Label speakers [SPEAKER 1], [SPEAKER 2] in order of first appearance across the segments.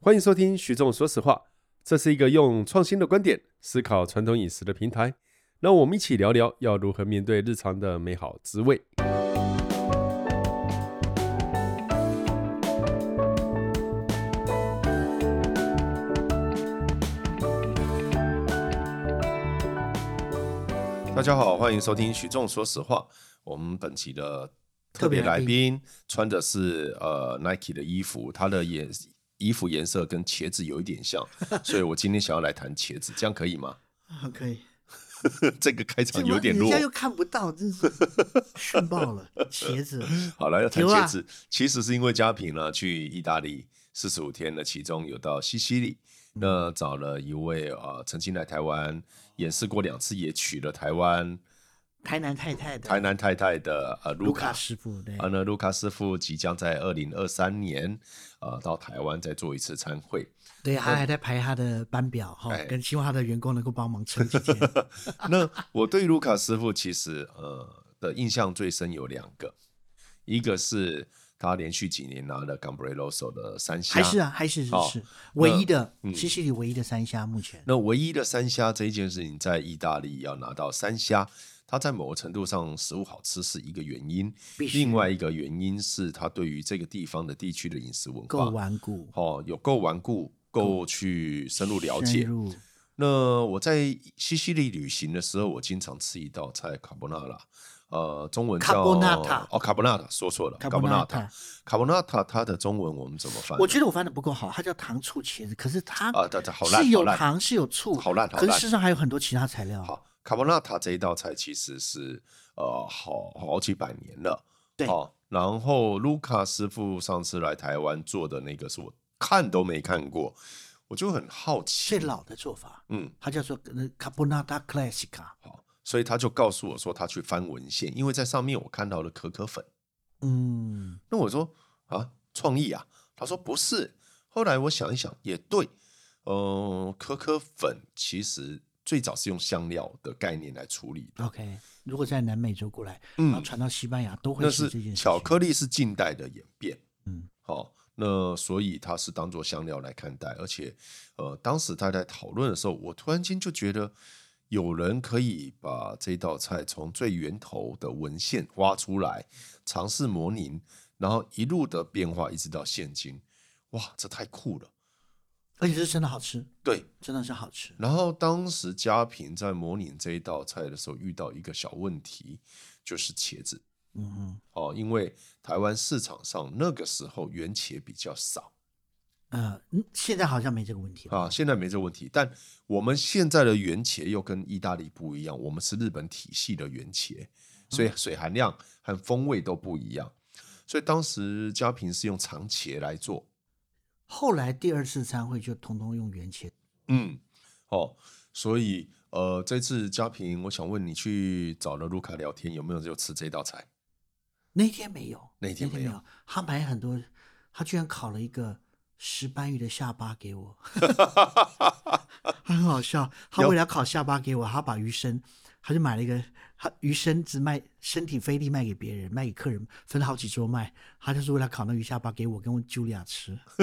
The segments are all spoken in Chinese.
[SPEAKER 1] 欢迎收听徐总说实话，这是一个用创新的观点思考传统饮食的平台，让我们一起聊聊要如何面对日常的美好滋味。大家好，欢迎收听徐总说实话。我们本期的特别来
[SPEAKER 2] 特别来
[SPEAKER 1] 宾穿的是呃 Nike 的衣服，它的颜衣服颜色跟茄子有一点像，所以我今天想要来谈茄子，这样可以吗？
[SPEAKER 2] 啊，可以，
[SPEAKER 1] 这个开啊场有点
[SPEAKER 2] 人
[SPEAKER 1] 弱
[SPEAKER 2] 家。又看不到，真是逊爆了。 茄子，
[SPEAKER 1] 好了，要谈
[SPEAKER 2] 有啊
[SPEAKER 1] 茄子，其实是因为嘉平呢去意大利四十五天呢，其中有到西西里，那找了一位呃曾经来台湾演示过两次，也娶了台湾
[SPEAKER 2] 台南太太的
[SPEAKER 1] 台南太太的呃卢
[SPEAKER 2] 卢卡
[SPEAKER 1] 卡。啊
[SPEAKER 2] 师傅，对，
[SPEAKER 1] 而呢，卢卡师傅即将在二零二三年，呃，到台湾再做一次参会。
[SPEAKER 2] 对，他还在排他的班表哈
[SPEAKER 1] 嗯哎，
[SPEAKER 2] 跟希望他的员工能够帮忙撑几 天。
[SPEAKER 1] 那我对卢卡师傅其实呃的印象最深有两个，一个是他连续几年拿了 Gambreloso 的三虾，
[SPEAKER 2] 还是啊，还是是
[SPEAKER 1] 哦
[SPEAKER 2] 是唯一的
[SPEAKER 1] 嗯
[SPEAKER 2] 西西里唯一的三峡，目前
[SPEAKER 1] 那唯一的三虾这一件事情，在意大利要拿到三虾，它在某个程度上食物好吃是一个原因，
[SPEAKER 2] 必须
[SPEAKER 1] 另外一个原因是它对于这个地方的地区的饮食文
[SPEAKER 2] 够
[SPEAKER 1] 化，
[SPEAKER 2] 顽固，
[SPEAKER 1] 哦，有够顽固，够去深入了解
[SPEAKER 2] 深。入
[SPEAKER 1] 那我在西西里旅行的时候，我经常吃一道菜卡布纳拉，呃，中文叫
[SPEAKER 2] Carbonata
[SPEAKER 1] 哦卡布纳塔，说错了，
[SPEAKER 2] 卡
[SPEAKER 1] 卡
[SPEAKER 2] 布
[SPEAKER 1] 布
[SPEAKER 2] 纳
[SPEAKER 1] 纳
[SPEAKER 2] 塔
[SPEAKER 1] 塔，。卡布纳塔它的中文我们怎么翻呢？
[SPEAKER 2] 我觉得我翻的不够好，它叫糖醋茄子，可是它
[SPEAKER 1] 啊它它好烂
[SPEAKER 2] 是有
[SPEAKER 1] 好烂
[SPEAKER 2] 糖是有醋，
[SPEAKER 1] 好烂好
[SPEAKER 2] 可是
[SPEAKER 1] 烂
[SPEAKER 2] 事实上还有很多其他材料。
[SPEAKER 1] 好，卡布纳塔这一道菜其实是呃好好几百年了，
[SPEAKER 2] 对
[SPEAKER 1] 哦。然后卢卡师傅上次来台湾做的那个是我看都没看过，我就很好奇
[SPEAKER 2] 最。老的做法，
[SPEAKER 1] 嗯，
[SPEAKER 2] 它叫做呃 Carbonata Classica，
[SPEAKER 1] 好，所以他就告诉我说他去翻文献，因为在上面我看到了可可粉。
[SPEAKER 2] 嗯，
[SPEAKER 1] 那我说啊，创意啊，他说不是。后来我想一想，也对，呃，可可粉其实最早是用香料的概念来处理的，
[SPEAKER 2] OK，如果在南美洲过来，
[SPEAKER 1] 嗯
[SPEAKER 2] 然后传到西班牙，都会
[SPEAKER 1] 那
[SPEAKER 2] 是
[SPEAKER 1] 是
[SPEAKER 2] 这件事情。
[SPEAKER 1] 巧克力是近代的演变，
[SPEAKER 2] 嗯，
[SPEAKER 1] 好、那所以它是当做香料来看待，而且呃，当时他在讨论的时候，我突然间就觉得有人可以把这道菜从最源头的文献挖出来，尝试模拟，然后一路的变化一直到现今，哇，这太酷了！
[SPEAKER 2] 而且是真的好吃，
[SPEAKER 1] 对，
[SPEAKER 2] 真的是好吃。
[SPEAKER 1] 然后当时嘉平在模拟这一道菜的时候，遇到一个小问题，就是茄子。
[SPEAKER 2] 嗯哼，
[SPEAKER 1] 哦，因为台湾市场上那个时候原茄比较少
[SPEAKER 2] 呃，嗯现在好像没这个问题了。
[SPEAKER 1] 啊，现在没这问题。但我们现在的原茄又跟意大利不一样，我们是日本体系的原茄，所以
[SPEAKER 2] 嗯
[SPEAKER 1] 水含量和风味都不一样。所以当时嘉平是用长茄来做，
[SPEAKER 2] 后来第二次参会就统统用原切，
[SPEAKER 1] 嗯，哦，所以呃，这次嘉平，我想问你去找了卢卡聊天，有没有就吃这道菜？
[SPEAKER 2] 那天没有，
[SPEAKER 1] 那
[SPEAKER 2] 那
[SPEAKER 1] 天
[SPEAKER 2] 没
[SPEAKER 1] 没有
[SPEAKER 2] 他买很多，他居然烤了一个石斑鱼的下巴给我，很好笑。他
[SPEAKER 1] 有
[SPEAKER 2] 为了烤下巴给我，他把鱼身，他就买了一个，他鱼身只卖身体菲力卖给别人，卖给客人，分了好几桌卖。他就是为了烤那鱼下巴给我跟 Julia 吃，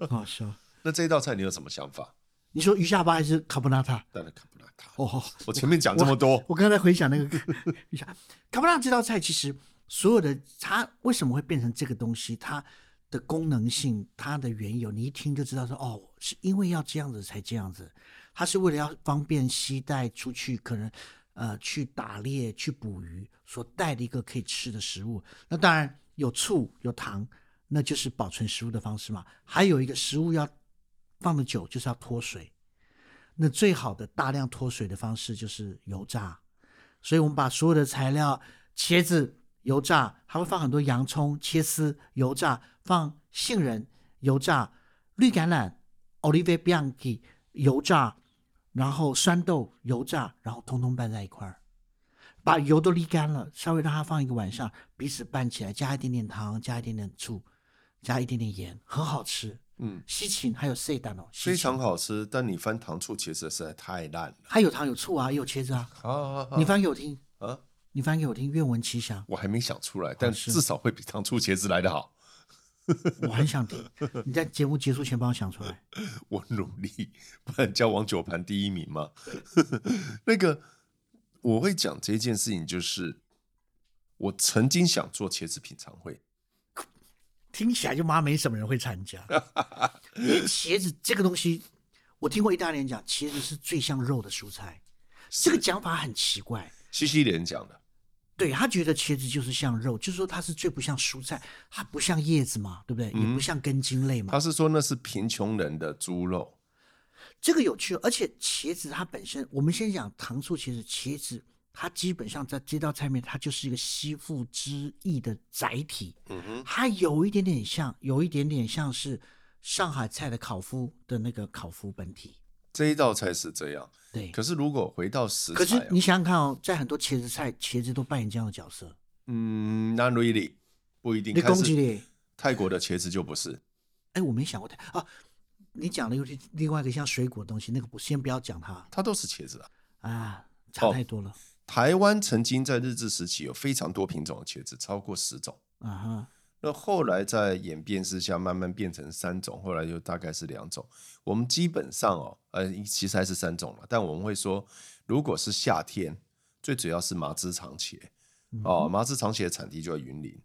[SPEAKER 2] 很好笑。
[SPEAKER 1] 那这道菜你有什么想法？
[SPEAKER 2] 你说鱼下巴还是卡布纳塔？
[SPEAKER 1] 当然看不到它。
[SPEAKER 2] 哦，
[SPEAKER 1] 我前面讲这么多，
[SPEAKER 2] 我刚才回想那个 一下，卡布纳这道菜，其实所有的它为什么会变成这个东西，它的功能性、它的缘由，你一听就知道说，哦，是因为要这样子才这样子，它是为了要方便携带出去，可能呃去打猎、去捕鱼所带的一个可以吃的食物。那当然有醋、有糖，那就是保存食物的方式嘛。还有一个食物要放的久，就是要脱水。那最好的大量脱水的方式就是油炸，所以我们把所有的材料，茄子油炸，还会放很多洋葱切丝油炸，放杏仁油炸，绿橄榄 （Olive Bianchi） 油炸，然后酸豆油炸，然后通通拌在一块儿，把油都沥干了，稍微让它放一个晚上，彼此拌起来，加一点点糖，加一点点醋，加一点点盐，很好吃。
[SPEAKER 1] 嗯，
[SPEAKER 2] 西芹还有塞蛋哦，西芹
[SPEAKER 1] 非常好吃，但你翻糖醋茄子实在太烂了。
[SPEAKER 2] 它有糖有醋啊，也有茄子啊。
[SPEAKER 1] 啊
[SPEAKER 2] 你翻给我听，
[SPEAKER 1] 啊！
[SPEAKER 2] 你翻给我听，愿闻其详。
[SPEAKER 1] 我还没想出来，但
[SPEAKER 2] 啊是
[SPEAKER 1] 至少会比糖醋茄子来的好。
[SPEAKER 2] 我很想听。 你在节目结束前帮我想出来。
[SPEAKER 1] 我努力，不然叫王九盘第一名嘛。 那个我会讲这件事情，就是我曾经想做茄子品尝会，
[SPEAKER 2] 听起来就妈没什么人会参加。因为茄子这个东西，我听过意大利人讲，茄子是最像肉的蔬菜。这个讲法很奇怪，
[SPEAKER 1] 西西里人讲的，
[SPEAKER 2] 对他觉得茄子就是像肉，就是说它是最不像蔬菜，它不像叶子嘛，对不对？也不像根茎类嘛。
[SPEAKER 1] 他是说那是贫穷人的猪肉。
[SPEAKER 2] 这个有趣，哦而且茄子它本身，我们先讲糖醋茄子，茄子它基本上在这道菜面，它就是一个吸附之意的载体，
[SPEAKER 1] 嗯哼，
[SPEAKER 2] 它有一点点像，有一点点像是上海菜的烤麸的那个烤麸本体。
[SPEAKER 1] 这一道菜是这样。
[SPEAKER 2] 对，
[SPEAKER 1] 可是如果回到食
[SPEAKER 2] 可
[SPEAKER 1] 材、
[SPEAKER 2] 是
[SPEAKER 1] 啊，
[SPEAKER 2] 你想想看哦，在很多茄子菜，茄子都扮演这样的角色。
[SPEAKER 1] 嗯，not really，不一定。
[SPEAKER 2] 你
[SPEAKER 1] 看
[SPEAKER 2] 攻
[SPEAKER 1] 是
[SPEAKER 2] 击力，
[SPEAKER 1] 泰国的茄子就不是，
[SPEAKER 2] 哎，我没想过它啊。你讲了又另另外一个像水果的东西，那个不先不要讲它
[SPEAKER 1] 它都是茄子啊。
[SPEAKER 2] 啊，差
[SPEAKER 1] 哦
[SPEAKER 2] 太多了、
[SPEAKER 1] 台湾曾经在日治时期有非常多品种的茄子，超过十种。
[SPEAKER 2] 啊哈。
[SPEAKER 1] 那后来在演变之下，慢慢变成三种，后来又大概是两种。我们基本上哦，呃，其实还是三种了，但我们会说，如果是夏天，最主要是麻枝长茄
[SPEAKER 2] 嗯
[SPEAKER 1] 哦，麻枝长茄的产地就在云林。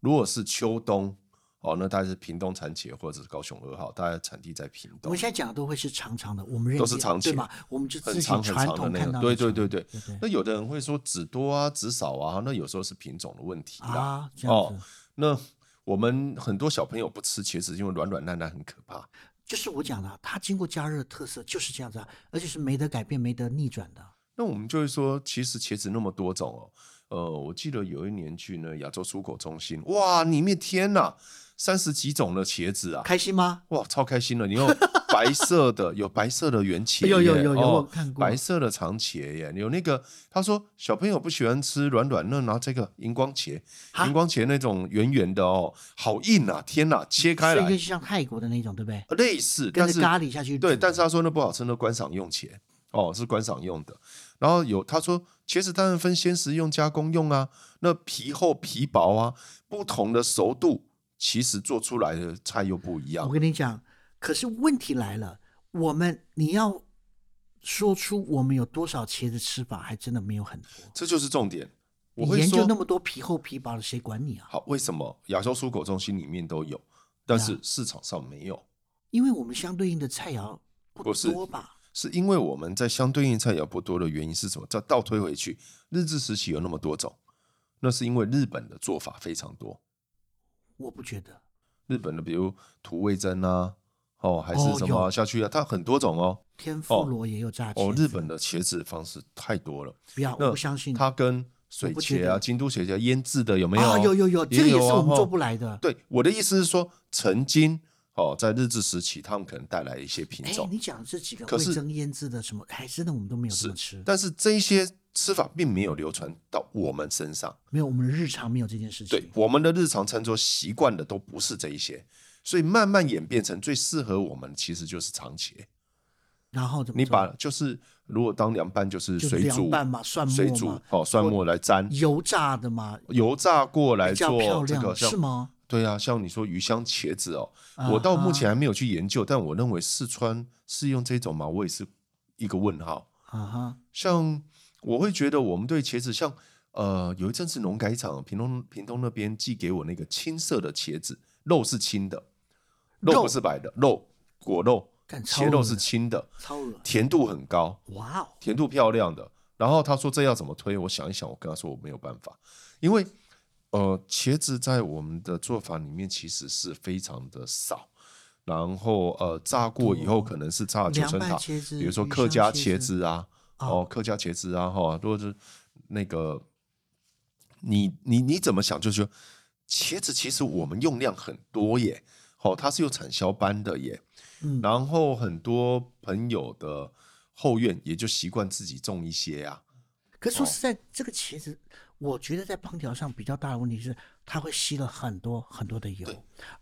[SPEAKER 1] 如果是秋冬哦，那大概是屏东产茄或者是高雄二号，大概产地在屏
[SPEAKER 2] 我
[SPEAKER 1] 东
[SPEAKER 2] 们。现在讲的都会是长长的，我们认
[SPEAKER 1] 都是
[SPEAKER 2] 定
[SPEAKER 1] 长
[SPEAKER 2] 对
[SPEAKER 1] 茄
[SPEAKER 2] 吗？我们就自
[SPEAKER 1] 很
[SPEAKER 2] 己
[SPEAKER 1] 长很
[SPEAKER 2] 传
[SPEAKER 1] 长的
[SPEAKER 2] 统
[SPEAKER 1] 那
[SPEAKER 2] 看
[SPEAKER 1] 个，
[SPEAKER 2] 到
[SPEAKER 1] 对
[SPEAKER 2] 的
[SPEAKER 1] 对
[SPEAKER 2] 长
[SPEAKER 1] 对对。
[SPEAKER 2] 对
[SPEAKER 1] 那有的人会说籽多啊、籽少啊，那有时候是品种的问题啦。
[SPEAKER 2] 啊，这样
[SPEAKER 1] 哦
[SPEAKER 2] 子，
[SPEAKER 1] 那我们很多小朋友不吃茄子，因为软软烂烂很可怕。
[SPEAKER 2] 就是我讲的，它经过加热的特色就是这样子啊，而且是没得改变、没得逆转的。
[SPEAKER 1] 那我们就会说，其实茄子那么多种哦。呃，我记得有一年去呢亚洲出口中心，哇，里面天呐，三十几种的茄子啊，
[SPEAKER 2] 开心吗？
[SPEAKER 1] 哇，超开心的！你 有白色的，有白色的圆茄耶，
[SPEAKER 2] 有有有有
[SPEAKER 1] 哦
[SPEAKER 2] 我看过
[SPEAKER 1] 白色的长茄耶，有那个他说小朋友不喜欢吃软软嫩，然后这个荧光茄，
[SPEAKER 2] 哈
[SPEAKER 1] 荧光茄那种圆圆的哦，好硬啊，天呐，切开
[SPEAKER 2] 所以就
[SPEAKER 1] 来
[SPEAKER 2] 像泰国的那种，对不对？
[SPEAKER 1] 类似，
[SPEAKER 2] 跟
[SPEAKER 1] 但
[SPEAKER 2] 着
[SPEAKER 1] 是
[SPEAKER 2] 咖喱下去煮的。
[SPEAKER 1] 对，但是他说那不好吃，那观赏用茄哦，是观赏用的。然后有他说茄子当然分鲜食用、加工用啊，那皮厚、皮薄啊，不同的熟度，其实做出来的菜又不一样
[SPEAKER 2] 我。跟你讲，可是问题来了，我们你要说出我们有多少茄子吃法，还真的没有很多。
[SPEAKER 1] 这就是重点。我
[SPEAKER 2] 你
[SPEAKER 1] 会
[SPEAKER 2] 研究
[SPEAKER 1] 说
[SPEAKER 2] 那么多皮厚皮薄的，谁管你啊？
[SPEAKER 1] 好，为什么亚洲出口中心里面都有，但是
[SPEAKER 2] 呀
[SPEAKER 1] 市场上没有？
[SPEAKER 2] 因为我们相对应的菜肴不
[SPEAKER 1] 不是
[SPEAKER 2] 多吧？
[SPEAKER 1] 是因为我们在相对应菜肴不多的原因是什么？再倒推回去，日治时期有那么多种，那是因为日本的做法非常多。
[SPEAKER 2] 我不觉得。
[SPEAKER 1] 日本的，比如土味蒸啊，哦，还是
[SPEAKER 2] 哦
[SPEAKER 1] 什么啊、
[SPEAKER 2] 有
[SPEAKER 1] 下去啊，它很多种哦。
[SPEAKER 2] 天妇罗也有炸茄
[SPEAKER 1] 哦，
[SPEAKER 2] 子
[SPEAKER 1] 日本的茄子方式太多了，
[SPEAKER 2] 不要，
[SPEAKER 1] 那
[SPEAKER 2] 我不相信。
[SPEAKER 1] 它跟水
[SPEAKER 2] 我不觉
[SPEAKER 1] 茄
[SPEAKER 2] 得
[SPEAKER 1] 啊、京都茄子腌制的有没有？
[SPEAKER 2] 啊，有有有，这个也是
[SPEAKER 1] 有啊
[SPEAKER 2] 我们做
[SPEAKER 1] 哦
[SPEAKER 2] 不来的。
[SPEAKER 1] 对，我的意思是说，曾经哦，在日治时期，他们可能带来一些品
[SPEAKER 2] 哎，
[SPEAKER 1] 种，
[SPEAKER 2] 你讲的这几个
[SPEAKER 1] 可
[SPEAKER 2] 味
[SPEAKER 1] 是
[SPEAKER 2] 增腌制的什么，还真的我们都没有这么吃。
[SPEAKER 1] 但是这一些吃法并没有流传到我们身上。
[SPEAKER 2] 没有，我们日常没有这件事情。
[SPEAKER 1] 对，我们的日常餐桌习惯的都不是这一些，所以慢慢演变成最适合我们，其实就是长茄。
[SPEAKER 2] 然后怎么
[SPEAKER 1] 你
[SPEAKER 2] 做
[SPEAKER 1] 把就是如果当凉拌，就是
[SPEAKER 2] 就是
[SPEAKER 1] 水煮
[SPEAKER 2] 凉拌嘛，蒜
[SPEAKER 1] 水
[SPEAKER 2] 末
[SPEAKER 1] 煮
[SPEAKER 2] 嘛，
[SPEAKER 1] 哦，蒜末来沾，
[SPEAKER 2] 油炸的嘛，
[SPEAKER 1] 油炸过来
[SPEAKER 2] 比较漂
[SPEAKER 1] 做这
[SPEAKER 2] 亮
[SPEAKER 1] 个
[SPEAKER 2] 是
[SPEAKER 1] 像。
[SPEAKER 2] 吗？
[SPEAKER 1] 对啊，像你说鱼香茄子哦，
[SPEAKER 2] 啊
[SPEAKER 1] 我到目
[SPEAKER 2] 哈
[SPEAKER 1] 前还没有去研究，但我认为四川是用这种吗？我也是一个问号。
[SPEAKER 2] 啊哈，
[SPEAKER 1] 像我会觉得我们对茄子像。呃，有一阵子农改场，屏东屏东那边寄给我那个青色的茄子，肉是青的，肉
[SPEAKER 2] 肉
[SPEAKER 1] 不是白的，肉果肉
[SPEAKER 2] 干，超
[SPEAKER 1] 茄肉
[SPEAKER 2] 恶
[SPEAKER 1] 是青的，
[SPEAKER 2] 超恶
[SPEAKER 1] 甜度很高，
[SPEAKER 2] 哇哦！
[SPEAKER 1] 甜度漂亮的。然后他说这要怎么推？我想一想，我跟他说我没有办法，因为呃，茄子在我们的做法里面其实是非常的少。然后呃，炸过以后可能是炸九
[SPEAKER 2] 凉
[SPEAKER 1] 层
[SPEAKER 2] 拌
[SPEAKER 1] 塔，
[SPEAKER 2] 茄子，
[SPEAKER 1] 比如说
[SPEAKER 2] 鱼
[SPEAKER 1] 客
[SPEAKER 2] 香
[SPEAKER 1] 家
[SPEAKER 2] 茄
[SPEAKER 1] 茄，子啊，
[SPEAKER 2] 哦
[SPEAKER 1] 哦，客家茄子啊，哈，或者是那个你你你怎么想？就是说茄子其实我们用量很多耶，哦，它是有产销班的耶，
[SPEAKER 2] 嗯，
[SPEAKER 1] 然后很多朋友的后院也就习惯自己种一些啊。
[SPEAKER 2] 可是说实在，这个茄子，我觉得在烹调上比较大的问题是，它会吸了很多很多的油，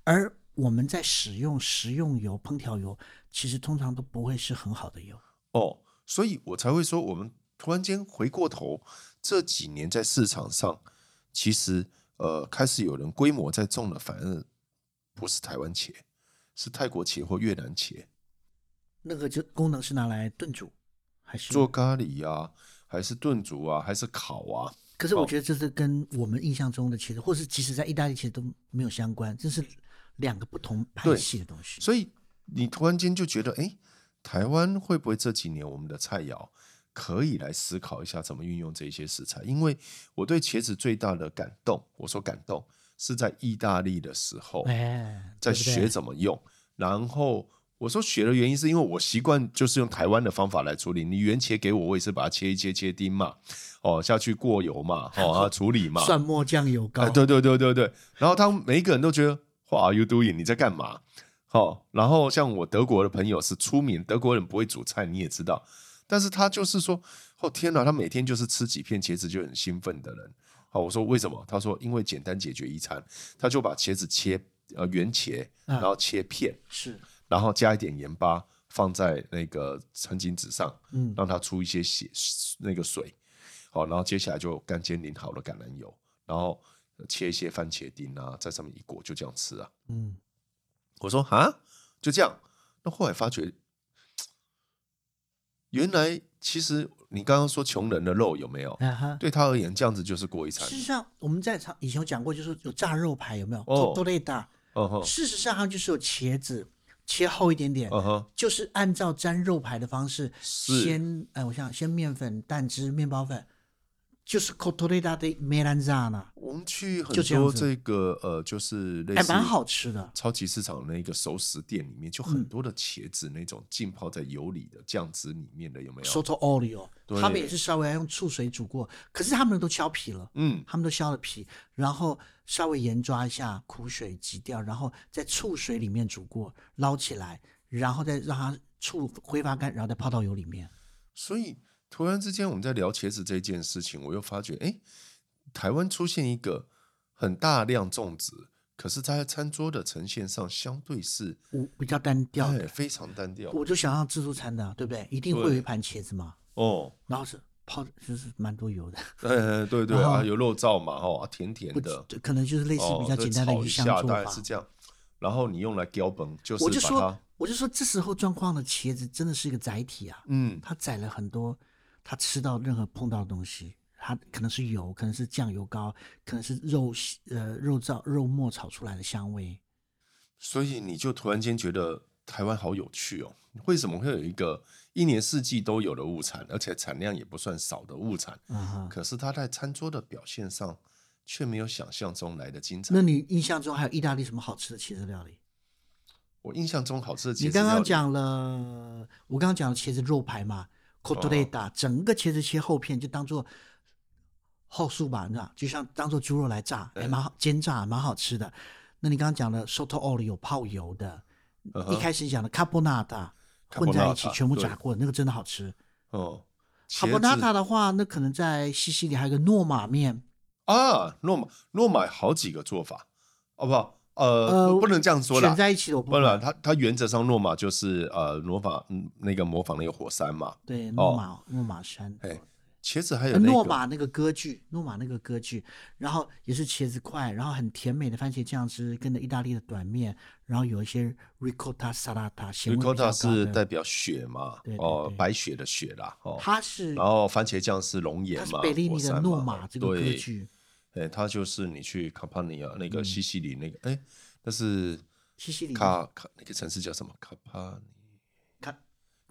[SPEAKER 2] 而我们在使用食用油、烹调油，其实通常都不会是很好的油。
[SPEAKER 1] 哦，所以我才会说，我们突然间回过头，这几年在市场上，其实呃开始有人规模在种了，反而不是台湾茄，是泰国茄或越南茄，
[SPEAKER 2] 那个就功能是拿来炖煮还是
[SPEAKER 1] 做？咖喱呀、还是炖煮啊，还是烤啊，
[SPEAKER 2] 可是我觉得这是跟我们印象中的其实，或是即使在意大利其实都没有相关，这是两个不同派
[SPEAKER 1] 对
[SPEAKER 2] 系的东西。
[SPEAKER 1] 所以你突然间就觉得，哎，台湾会不会这几年我们的菜肴可以来思考一下怎么运用这些食材？因为我对茄子最大的感动，我说感动是在意大利的时候，
[SPEAKER 2] 哎，
[SPEAKER 1] 在
[SPEAKER 2] 对不对
[SPEAKER 1] 学怎么用。然后我说学的原因是因为我习惯就是用台湾的方法来处理。你原茄给我，我也是把它切一切切丁嘛，哦下去过油嘛， 哦啊处理嘛，
[SPEAKER 2] 蒜末酱油膏，
[SPEAKER 1] 哎，对对对对对。然后他们每一个人都觉得 What are you doing？你在干嘛？好、然后像我德国的朋友是出名，德国人不会煮菜，你也知道，但是他就是说，哦天哪，他每天就是吃几片茄子就很兴奋的人。好、我说为什么？他说因为简单解决一餐，他就把茄子切呃圆茄，
[SPEAKER 2] 嗯
[SPEAKER 1] 然后切片，
[SPEAKER 2] 是，
[SPEAKER 1] 然后加一点盐巴放在那个餐巾纸上，
[SPEAKER 2] 嗯，
[SPEAKER 1] 让它出一些血那个水，好，然后接下来就干煎淋好的橄榄油，然后切一些番茄丁啊，在上面一裹，就这样吃啊。
[SPEAKER 2] 嗯，
[SPEAKER 1] 我说啊，就这样。那后来发觉，原来其实你刚刚说穷人的肉有没有？
[SPEAKER 2] 啊哈。
[SPEAKER 1] 对他而言，这样子就是过一餐
[SPEAKER 2] 事。实上，我们在常以前有讲过，就是有炸肉排，有没有？
[SPEAKER 1] 哦
[SPEAKER 2] 多类大。
[SPEAKER 1] 嗯哼，
[SPEAKER 2] 事实上，它就是有茄子切厚一点点，
[SPEAKER 1] 嗯哼，
[SPEAKER 2] 就是按照沾肉排的方式，
[SPEAKER 1] 是
[SPEAKER 2] 先哎，我想先面粉、蛋汁、面包粉，就是 c o t o l e t a de melanzana，
[SPEAKER 1] 我们去很
[SPEAKER 2] 就这样
[SPEAKER 1] 多
[SPEAKER 2] 子
[SPEAKER 1] 这个呃，就是类
[SPEAKER 2] 还
[SPEAKER 1] 似
[SPEAKER 2] 蛮好吃的。
[SPEAKER 1] 超级市场那个熟食店里面，就
[SPEAKER 2] 嗯
[SPEAKER 1] 很多的茄子那种浸泡在油里的酱汁里面的，有没有？
[SPEAKER 2] Soto olio，
[SPEAKER 1] 对
[SPEAKER 2] 他们也是稍微用醋水煮过，可是他们都削皮了。
[SPEAKER 1] 嗯，
[SPEAKER 2] 他们都削了皮，然后稍微盐抓一下，苦水挤掉，然后在醋水里面煮过，捞起来，然后再让它醋挥发干，然后再泡到油里面。
[SPEAKER 1] 所以突然之间我们在聊茄子这件事情，我又发觉，哎，台湾出现一个很大量种植，可是在餐桌的呈现上相对是
[SPEAKER 2] 我比较单调
[SPEAKER 1] 哎
[SPEAKER 2] 的，
[SPEAKER 1] 非常单调
[SPEAKER 2] 我就想要自助餐的，对不对？一定会有
[SPEAKER 1] 对
[SPEAKER 2] 一盘茄子嘛，
[SPEAKER 1] 哦。
[SPEAKER 2] 然后是泡，就是蛮多油的，
[SPEAKER 1] 呃，对对
[SPEAKER 2] 然后
[SPEAKER 1] 啊，有肉燥嘛，哦，啊甜甜
[SPEAKER 2] 不
[SPEAKER 1] 的，
[SPEAKER 2] 可能就是类似
[SPEAKER 1] 哦，
[SPEAKER 2] 比较
[SPEAKER 1] 对
[SPEAKER 2] 简单的
[SPEAKER 1] 炒
[SPEAKER 2] 鱼
[SPEAKER 1] 一
[SPEAKER 2] 香
[SPEAKER 1] 下
[SPEAKER 2] 做
[SPEAKER 1] 大概
[SPEAKER 2] 法。
[SPEAKER 1] 是这样。然后你用来标本，就是
[SPEAKER 2] 我就
[SPEAKER 1] 把
[SPEAKER 2] 说
[SPEAKER 1] 它，
[SPEAKER 2] 我就说这时候状况的茄子真的是一个载体啊。
[SPEAKER 1] 嗯，
[SPEAKER 2] 他载了很多他吃到任何碰到的东西，他可能是油，可能是酱油膏，可能是肉呃肉燥肉末炒出来的香味。
[SPEAKER 1] 所以你就突然间觉得台湾好有趣哦，为什么会有一个一年四季都有的物产，而且产量也不算少的物产？
[SPEAKER 2] 啊哈，
[SPEAKER 1] 可是它在餐桌的表现上却没有想象中来的精彩
[SPEAKER 2] 那。你印象中还有意大利什么好吃的茄子料理？
[SPEAKER 1] 我印象中好吃的茄
[SPEAKER 2] 你
[SPEAKER 1] 子
[SPEAKER 2] 刚
[SPEAKER 1] 料
[SPEAKER 2] 刚
[SPEAKER 1] 理，
[SPEAKER 2] 讲了，我刚刚讲了茄子肉排嘛
[SPEAKER 1] 哦
[SPEAKER 2] c o t o l e t a 整个茄子切厚片就当做后素吧，你知道，就像当做猪肉来炸，哎，蛮好煎炸，蛮好吃的。那你刚刚讲了 Soto Olio 有泡油的，
[SPEAKER 1] 嗯
[SPEAKER 2] 一
[SPEAKER 1] 哼
[SPEAKER 2] 开始讲的 Carbonata 混在一起
[SPEAKER 1] Carbonata，
[SPEAKER 2] 全部炸
[SPEAKER 1] 对
[SPEAKER 2] 过，那个真的好吃。
[SPEAKER 1] 哦，
[SPEAKER 2] 卡
[SPEAKER 1] 茄
[SPEAKER 2] 布纳塔
[SPEAKER 1] 子
[SPEAKER 2] 的话，那可能在西西里还有个诺马面，
[SPEAKER 1] 啊，诺马诺马有好几个做法，哦不，呃，
[SPEAKER 2] 呃
[SPEAKER 1] 不不能这样说啦
[SPEAKER 2] 卷。在一起的我不
[SPEAKER 1] 不然，它它原则上诺马就是呃模仿嗯那个模仿那个火山嘛。
[SPEAKER 2] 对诺马、诺马山，
[SPEAKER 1] 哦哎茄子还有
[SPEAKER 2] 呃
[SPEAKER 1] 那个
[SPEAKER 2] 诺马那个歌剧，诺马那个歌剧，然后也是茄子块，然后很甜美的番茄酱汁，跟着意大利的短面，然后有一些 ricotta salata 咸味比较
[SPEAKER 1] ricotta
[SPEAKER 2] 高
[SPEAKER 1] 是代
[SPEAKER 2] 的，
[SPEAKER 1] 表雪嘛
[SPEAKER 2] 对，对
[SPEAKER 1] 哦
[SPEAKER 2] 对，
[SPEAKER 1] 白雪的雪啦，哦，
[SPEAKER 2] 它是
[SPEAKER 1] 然后番茄酱是龙眼
[SPEAKER 2] 它是
[SPEAKER 1] 嘛，
[SPEAKER 2] 贝利
[SPEAKER 1] 火
[SPEAKER 2] 尼的
[SPEAKER 1] 山
[SPEAKER 2] 诺
[SPEAKER 1] 嘛
[SPEAKER 2] 马这个歌
[SPEAKER 1] 对
[SPEAKER 2] 剧，嗯
[SPEAKER 1] 哎，它就是你去卡帕尼亚那个西西里那个，哎，那是
[SPEAKER 2] 西西里的
[SPEAKER 1] 卡卡那个城市叫什么？卡帕
[SPEAKER 2] 卡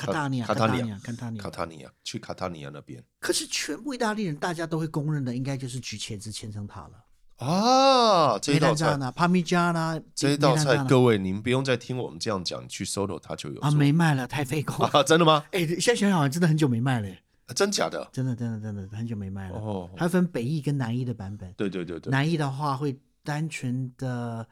[SPEAKER 2] 卡塔尼亚
[SPEAKER 1] 卡
[SPEAKER 2] 卡
[SPEAKER 1] 塔尼
[SPEAKER 2] 塔
[SPEAKER 1] 亚
[SPEAKER 2] 尼亚卡塔尼
[SPEAKER 1] 卡
[SPEAKER 2] 亚，
[SPEAKER 1] 塔尼亚，去卡塔尼亚那边
[SPEAKER 2] 可是全部意大利人大家都会公认的，应该就是焗茄子千层塔了。
[SPEAKER 1] 啊，这一道菜，
[SPEAKER 2] 呢，帕米加呢，
[SPEAKER 1] 这一道菜，
[SPEAKER 2] 够
[SPEAKER 1] 各位您不用再听我们这样讲，你去 solo 它就有
[SPEAKER 2] 啊，
[SPEAKER 1] 做
[SPEAKER 2] 没卖了，太费工。
[SPEAKER 1] 啊，真的吗？啊
[SPEAKER 2] 哎，现在想想，真的很久没卖了，
[SPEAKER 1] 真 假的？
[SPEAKER 2] 真的，真的，真的很久没卖了。
[SPEAKER 1] 哦，
[SPEAKER 2] 它分北翼跟南翼的版本，
[SPEAKER 1] 对对对对，
[SPEAKER 2] 南翼的话会单纯的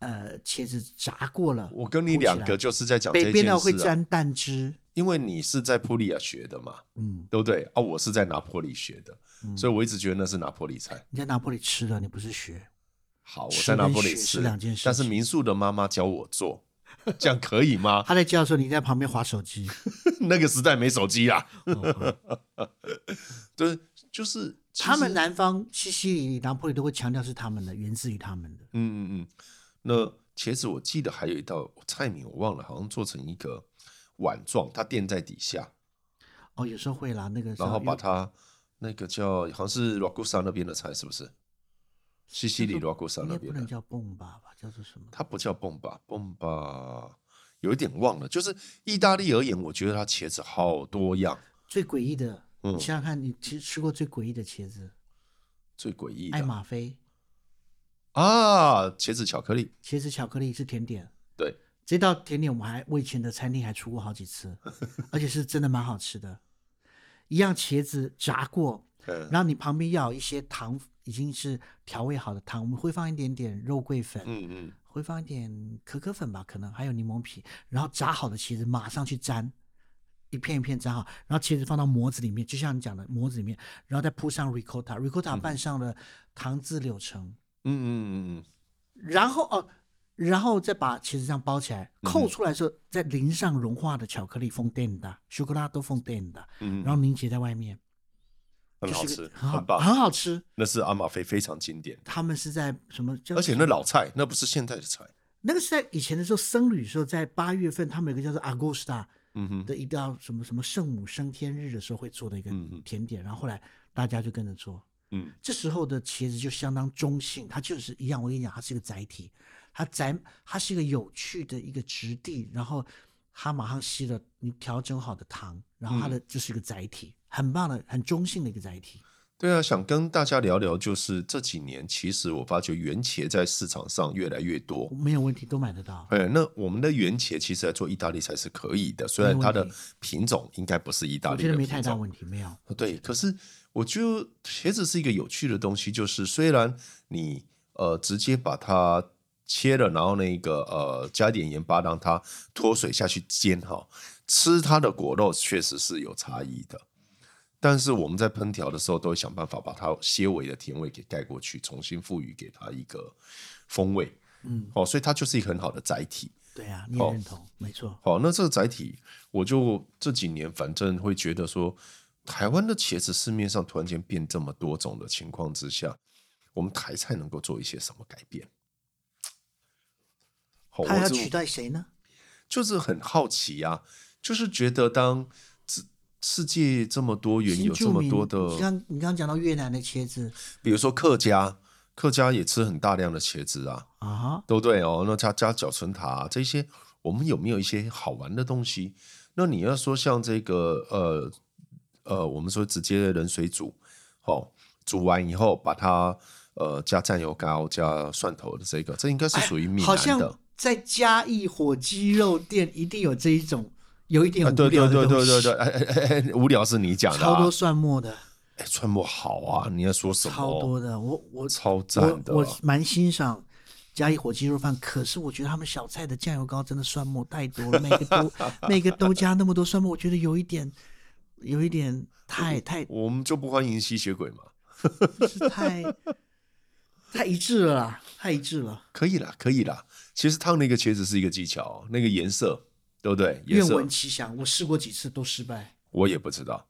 [SPEAKER 2] 呃茄子炸过了，
[SPEAKER 1] 我跟你
[SPEAKER 2] 铺起来
[SPEAKER 1] 两个就是在讲这
[SPEAKER 2] 北边的
[SPEAKER 1] 件
[SPEAKER 2] 会
[SPEAKER 1] 事啊，
[SPEAKER 2] 沾蛋汁，
[SPEAKER 1] 因为你是在普利亚学的嘛。
[SPEAKER 2] 嗯，
[SPEAKER 1] 对不对？啊，我是在拿破里学的，所以我一直觉得那是拿破里菜。
[SPEAKER 2] 你在拿破里吃的，你不是学，
[SPEAKER 1] 好，我
[SPEAKER 2] 吃
[SPEAKER 1] 在拿
[SPEAKER 2] 跟
[SPEAKER 1] 破里
[SPEAKER 2] 学
[SPEAKER 1] 吃
[SPEAKER 2] 是两件事
[SPEAKER 1] 但是
[SPEAKER 2] 情
[SPEAKER 1] 民宿的妈妈教我做， 这样可以吗？
[SPEAKER 2] 他在教的时候，你在旁边划手机。
[SPEAKER 1] 那个时代没手机啊，
[SPEAKER 2] 哦哦
[SPEAKER 1] 对，就是其实
[SPEAKER 2] 他们，南方西西里、拿破里都会强调是他们的，源自于他们的。
[SPEAKER 1] 嗯嗯嗯。那茄子我记得还有一道菜名我忘了，好像做成一个碗状，它垫在底下，
[SPEAKER 2] 哦，有时候会啦，那个时
[SPEAKER 1] 然
[SPEAKER 2] 候
[SPEAKER 1] 后
[SPEAKER 2] 因
[SPEAKER 1] 把
[SPEAKER 2] 为
[SPEAKER 1] 它那个叫好像是 r o g u s a 那边的菜是不是？西西里 r o g u s a
[SPEAKER 2] 应
[SPEAKER 1] 那
[SPEAKER 2] 该不
[SPEAKER 1] 边
[SPEAKER 2] 能
[SPEAKER 1] 的，
[SPEAKER 2] 叫蹦吧吧，叫做什么？
[SPEAKER 1] 它不叫蹦吧，蹦吧有一点忘了。就是意大利而言，我觉得它茄子好多样，
[SPEAKER 2] 最诡异的，你
[SPEAKER 1] 嗯
[SPEAKER 2] 想想看，你其实吃过最诡异的茄子，
[SPEAKER 1] 最诡异
[SPEAKER 2] 爱
[SPEAKER 1] 的
[SPEAKER 2] 马菲
[SPEAKER 1] 啊，茄子巧克力，
[SPEAKER 2] 茄子巧克力是甜点，
[SPEAKER 1] 对，
[SPEAKER 2] 这道甜点我们还我以前的餐厅还出过好几次，而且是真的蛮好吃的。一样茄子炸过，
[SPEAKER 1] 嗯
[SPEAKER 2] 然后你旁边要有一些糖，已经是调味好的糖，我们会放一点点肉桂粉，
[SPEAKER 1] 嗯嗯，
[SPEAKER 2] 会放一点可可粉吧，可能还有柠檬皮，然后炸好的茄子马上去沾，一片一片沾好，然后茄子放到模子里面，就像你讲的模子里面，然后再铺上 ricotta，ricotta 拌上了糖渍柳橙，
[SPEAKER 1] 嗯嗯嗯嗯，
[SPEAKER 2] 然后哦，然后再把茄子这样包起来，
[SPEAKER 1] 嗯
[SPEAKER 2] 扣出来的时候再淋上融化的巧克力 fondant s u g a r a t o fondant，
[SPEAKER 1] 嗯
[SPEAKER 2] 然后凝结在外面，
[SPEAKER 1] 很好
[SPEAKER 2] 就是
[SPEAKER 1] 吃
[SPEAKER 2] 个，很
[SPEAKER 1] 很
[SPEAKER 2] 好，
[SPEAKER 1] 棒，
[SPEAKER 2] 很好吃。
[SPEAKER 1] 那是阿玛菲非常经典的，
[SPEAKER 2] 他们是在什么叫？
[SPEAKER 1] 而且那老菜，那不是现在的菜。
[SPEAKER 2] 那个是在以前的时候，僧侣的时候，在八月份，他们有个叫做 Agosta
[SPEAKER 1] 嗯哼，
[SPEAKER 2] 的一道什么什么圣母升天日的时候会做的一个
[SPEAKER 1] 嗯嗯
[SPEAKER 2] 甜点，然后后来大家就跟着做。
[SPEAKER 1] 嗯，
[SPEAKER 2] 这时候的茄子就相当中性，它就是一样。我跟你讲，它是一个载体，它载它是一个有趣的一个质地，然后它马上吸了你调整好的糖，然后它
[SPEAKER 1] 嗯
[SPEAKER 2] 的就是一个载体，很棒的、很中性的一个载体。
[SPEAKER 1] 对啊，想跟大家聊聊，就是这几年其实我发觉原茄在市场上越来越多。
[SPEAKER 2] 没有问题，都买得到。
[SPEAKER 1] 哎，那我们的原茄其实来做意大利菜是可以的，虽然
[SPEAKER 2] 没
[SPEAKER 1] 它
[SPEAKER 2] 问题
[SPEAKER 1] 的品种应该不是意大
[SPEAKER 2] 我
[SPEAKER 1] 利
[SPEAKER 2] 觉
[SPEAKER 1] 的
[SPEAKER 2] 得没
[SPEAKER 1] 品
[SPEAKER 2] 太大
[SPEAKER 1] 种，
[SPEAKER 2] 问题，没有。
[SPEAKER 1] 对。可是我觉得茄子是一个有趣的东西，就是虽然你呃直接把它切了，然后那个呃加一点盐巴让它脱水下去煎哈，吃它的果肉确实是有差异的。但是我们在烹调的时候，都会想办法把它些微的甜味给盖过去，重新赋予给它一个风味。
[SPEAKER 2] 嗯，
[SPEAKER 1] 哦，所以它就是一个很好的载体。
[SPEAKER 2] 对啊，你也
[SPEAKER 1] 好
[SPEAKER 2] 认同，没错。
[SPEAKER 1] 好，那这个载体，我就这几年反正会觉得说，台湾的茄子市面上突然间变这么多种的情况之下，我们台菜能够做一些什么改变？好，
[SPEAKER 2] 它
[SPEAKER 1] 我
[SPEAKER 2] 要
[SPEAKER 1] 就
[SPEAKER 2] 取代谁呢？
[SPEAKER 1] 就是很好奇呀、就是觉得当世世界这么多原
[SPEAKER 2] 新
[SPEAKER 1] 有这
[SPEAKER 2] 住
[SPEAKER 1] 么
[SPEAKER 2] 民
[SPEAKER 1] 多的，
[SPEAKER 2] 你刚你刚刚讲到越南的茄子
[SPEAKER 1] 比如说客家，客家也吃很大量的茄子啊，
[SPEAKER 2] 啊哈，
[SPEAKER 1] 对不对哦？那加加角唇塔、啊这些，我们有没有一些好玩的东西？那你要说像这个呃呃，我们说直接冷水煮，哦，煮完以后把它呃加酱油膏、加蒜头的这个，这应该是属于闽
[SPEAKER 2] 哎好
[SPEAKER 1] 南的。啊
[SPEAKER 2] 像在嘉义火鸡肉店一定有这一种，有一点
[SPEAKER 1] 啊，
[SPEAKER 2] 无
[SPEAKER 1] 对
[SPEAKER 2] 聊
[SPEAKER 1] 对
[SPEAKER 2] 的
[SPEAKER 1] 对
[SPEAKER 2] 东西
[SPEAKER 1] 对对对，哎哎哎哎无聊是你讲的
[SPEAKER 2] 超
[SPEAKER 1] 啊
[SPEAKER 2] 多！蒜末的，
[SPEAKER 1] 哎，川木好啊，你在说什么？
[SPEAKER 2] 超多的。我我
[SPEAKER 1] 超赞
[SPEAKER 2] 我
[SPEAKER 1] 的啊、
[SPEAKER 2] 我蛮欣赏嘉义火鸡肉饭，可是我觉得他们小菜的酱油膏真的蒜末太多了，每个 都每个都加那么多蒜末，我觉得有一点有一点太太
[SPEAKER 1] 我们就不欢迎吸血鬼嘛。
[SPEAKER 2] 是太太一致了啦，太一致了。
[SPEAKER 1] 可以啦，可以啦。其实烫那个茄子是一个技巧，那个颜色，对不对？颜
[SPEAKER 2] 愿
[SPEAKER 1] 色
[SPEAKER 2] 闻其详，我试过几次都失败。
[SPEAKER 1] 我也不知道，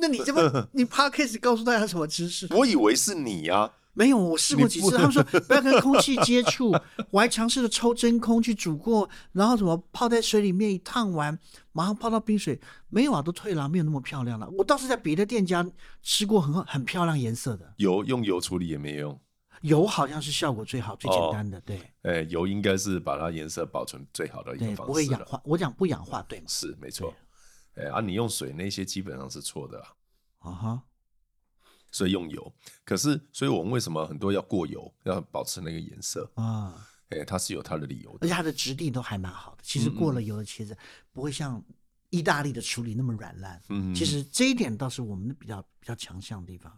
[SPEAKER 2] 那你这 么你 podcast 告诉大家什么知识？
[SPEAKER 1] 我以为是你呀、啊。
[SPEAKER 2] 没有，我试过几次，他们说不要跟空气接触。 我还尝试着抽真空去煮过，然后什么泡在水里面一烫完，马上泡到冰水，没有啊，都退了，没有那么漂亮了。我倒是在别的店家吃过很很漂亮颜色的，
[SPEAKER 1] 油用油处理也没用，
[SPEAKER 2] 油好像是效果最好、最简单的，对
[SPEAKER 1] 哎，油应该是把它颜色保存最好的一个
[SPEAKER 2] 对，
[SPEAKER 1] 方
[SPEAKER 2] 不会
[SPEAKER 1] 式
[SPEAKER 2] 氧
[SPEAKER 1] 了。
[SPEAKER 2] 化。我讲不氧化，对吗？
[SPEAKER 1] 是没错，哎啊，你用水那些基本上是错的、啊，
[SPEAKER 2] 啊哈，
[SPEAKER 1] 所以用油。可是，所以我们为什么很多要过油，要保持那个颜色？
[SPEAKER 2] 啊，
[SPEAKER 1] 哎，它是有它的理由
[SPEAKER 2] 而
[SPEAKER 1] 的。
[SPEAKER 2] 且它的质地都还蛮好的。其实
[SPEAKER 1] 嗯嗯
[SPEAKER 2] 过了油的茄子不会像意大利的处理那么软烂。
[SPEAKER 1] 嗯，
[SPEAKER 2] 其实这一点倒是我们比较比较强项的地方。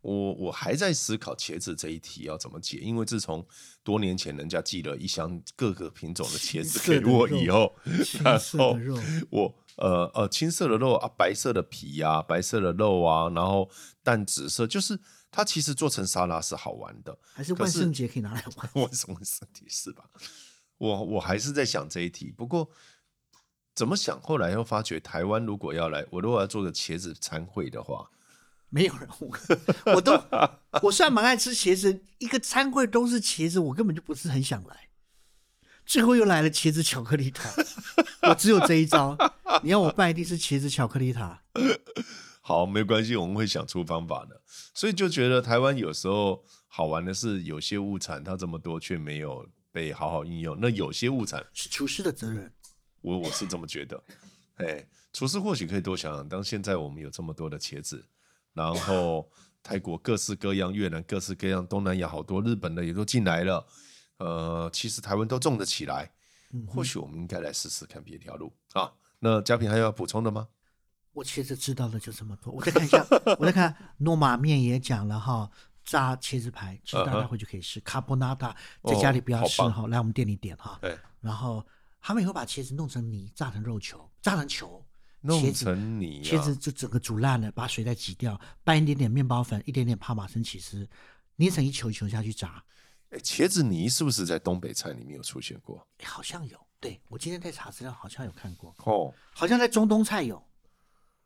[SPEAKER 1] 我我还在思考茄子这一题要怎么解，因为自从多年前人家寄了一箱各个品种的茄子
[SPEAKER 2] 青色
[SPEAKER 1] 给
[SPEAKER 2] 的
[SPEAKER 1] 我
[SPEAKER 2] 肉
[SPEAKER 1] 以后，
[SPEAKER 2] 青色的肉，
[SPEAKER 1] 我呃呃青色的肉啊，白色的皮啊，白色的肉啊，然后淡紫色，就是它其实做成沙拉是好玩的，
[SPEAKER 2] 还是万圣节可以拿来玩。
[SPEAKER 1] 为什么身体是吧？我我还是在想这一题，不过怎么想，后来又发觉台湾如果要来，我如果要做个茄子餐会的话，
[SPEAKER 2] 没有人，我我 都我虽然蛮爱吃茄子，一个餐会都是茄子，我根本就不是很想来。最后又来了茄子巧克力塔，我只有这一招。你要我办，一定是茄子巧克力塔。
[SPEAKER 1] 好，没关系，我们会想出方法的。所以就觉得台湾有时候好玩的是，有些物产它这么多却没有被好好应用。那有些物产，
[SPEAKER 2] 是厨师的责任。
[SPEAKER 1] 我我是这么觉得。哎，厨师或许可以多想想，当现在我们有这么多的茄子，然后泰国各式各样，越南各式各样，东南亚好多，日本的也都进来了。呃，其实台湾都种得起来，
[SPEAKER 2] 嗯
[SPEAKER 1] 或许我们应该来试试看别条路啊。那嘉平还有要补充的吗？
[SPEAKER 2] 我茄子知道的就这么多。我再看一下，我再看诺马面也讲了哈，炸茄子排，知道
[SPEAKER 1] 嗯哼
[SPEAKER 2] 待会就可以吃。卡波纳达
[SPEAKER 1] 哦
[SPEAKER 2] 在家里不要吃
[SPEAKER 1] 好棒
[SPEAKER 2] 哈，来我们店里点哈。
[SPEAKER 1] 哎，
[SPEAKER 2] 然后他们也会把茄子弄成泥，炸成肉球，炸成球，
[SPEAKER 1] 弄
[SPEAKER 2] 茄子
[SPEAKER 1] 成泥、啊，
[SPEAKER 2] 茄子就整个煮烂了，把水再挤掉，拌一点点面包粉，一点点帕玛森起司，捏成一球一球下去炸。
[SPEAKER 1] 哎，茄子泥是不是在东北菜里面有出现过？
[SPEAKER 2] 诶好像有，对我今天在查资料，好像有看过，
[SPEAKER 1] 哦
[SPEAKER 2] 好像在中东菜有，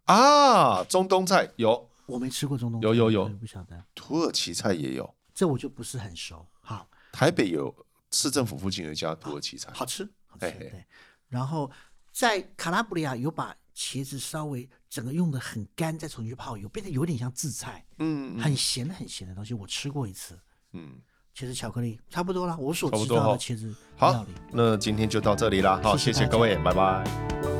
[SPEAKER 1] 啊，中东菜有，
[SPEAKER 2] 我没吃过中东菜，
[SPEAKER 1] 有有有
[SPEAKER 2] 所以不晓得，
[SPEAKER 1] 土耳其菜也有，
[SPEAKER 2] 这我就不是很熟。好，
[SPEAKER 1] 台北有市政府附近有一家土耳其菜。
[SPEAKER 2] 好吃，好吃，
[SPEAKER 1] 嘿嘿
[SPEAKER 2] 对。然后在卡拉布里亚有把茄子稍微整个用的很干，再重新去泡油，变得有点像自菜，
[SPEAKER 1] 嗯
[SPEAKER 2] 很咸的很咸的东西，我吃过一次。
[SPEAKER 1] 嗯，
[SPEAKER 2] 茄子巧克力差不多啦，我所
[SPEAKER 1] 差不
[SPEAKER 2] 知
[SPEAKER 1] 多
[SPEAKER 2] 道
[SPEAKER 1] 哦
[SPEAKER 2] 的茄子
[SPEAKER 1] 好
[SPEAKER 2] 料理。，
[SPEAKER 1] 那今天就到这里啦，好，
[SPEAKER 2] 谢谢
[SPEAKER 1] 谢谢
[SPEAKER 2] 大
[SPEAKER 1] 各
[SPEAKER 2] 家
[SPEAKER 1] 位，拜拜。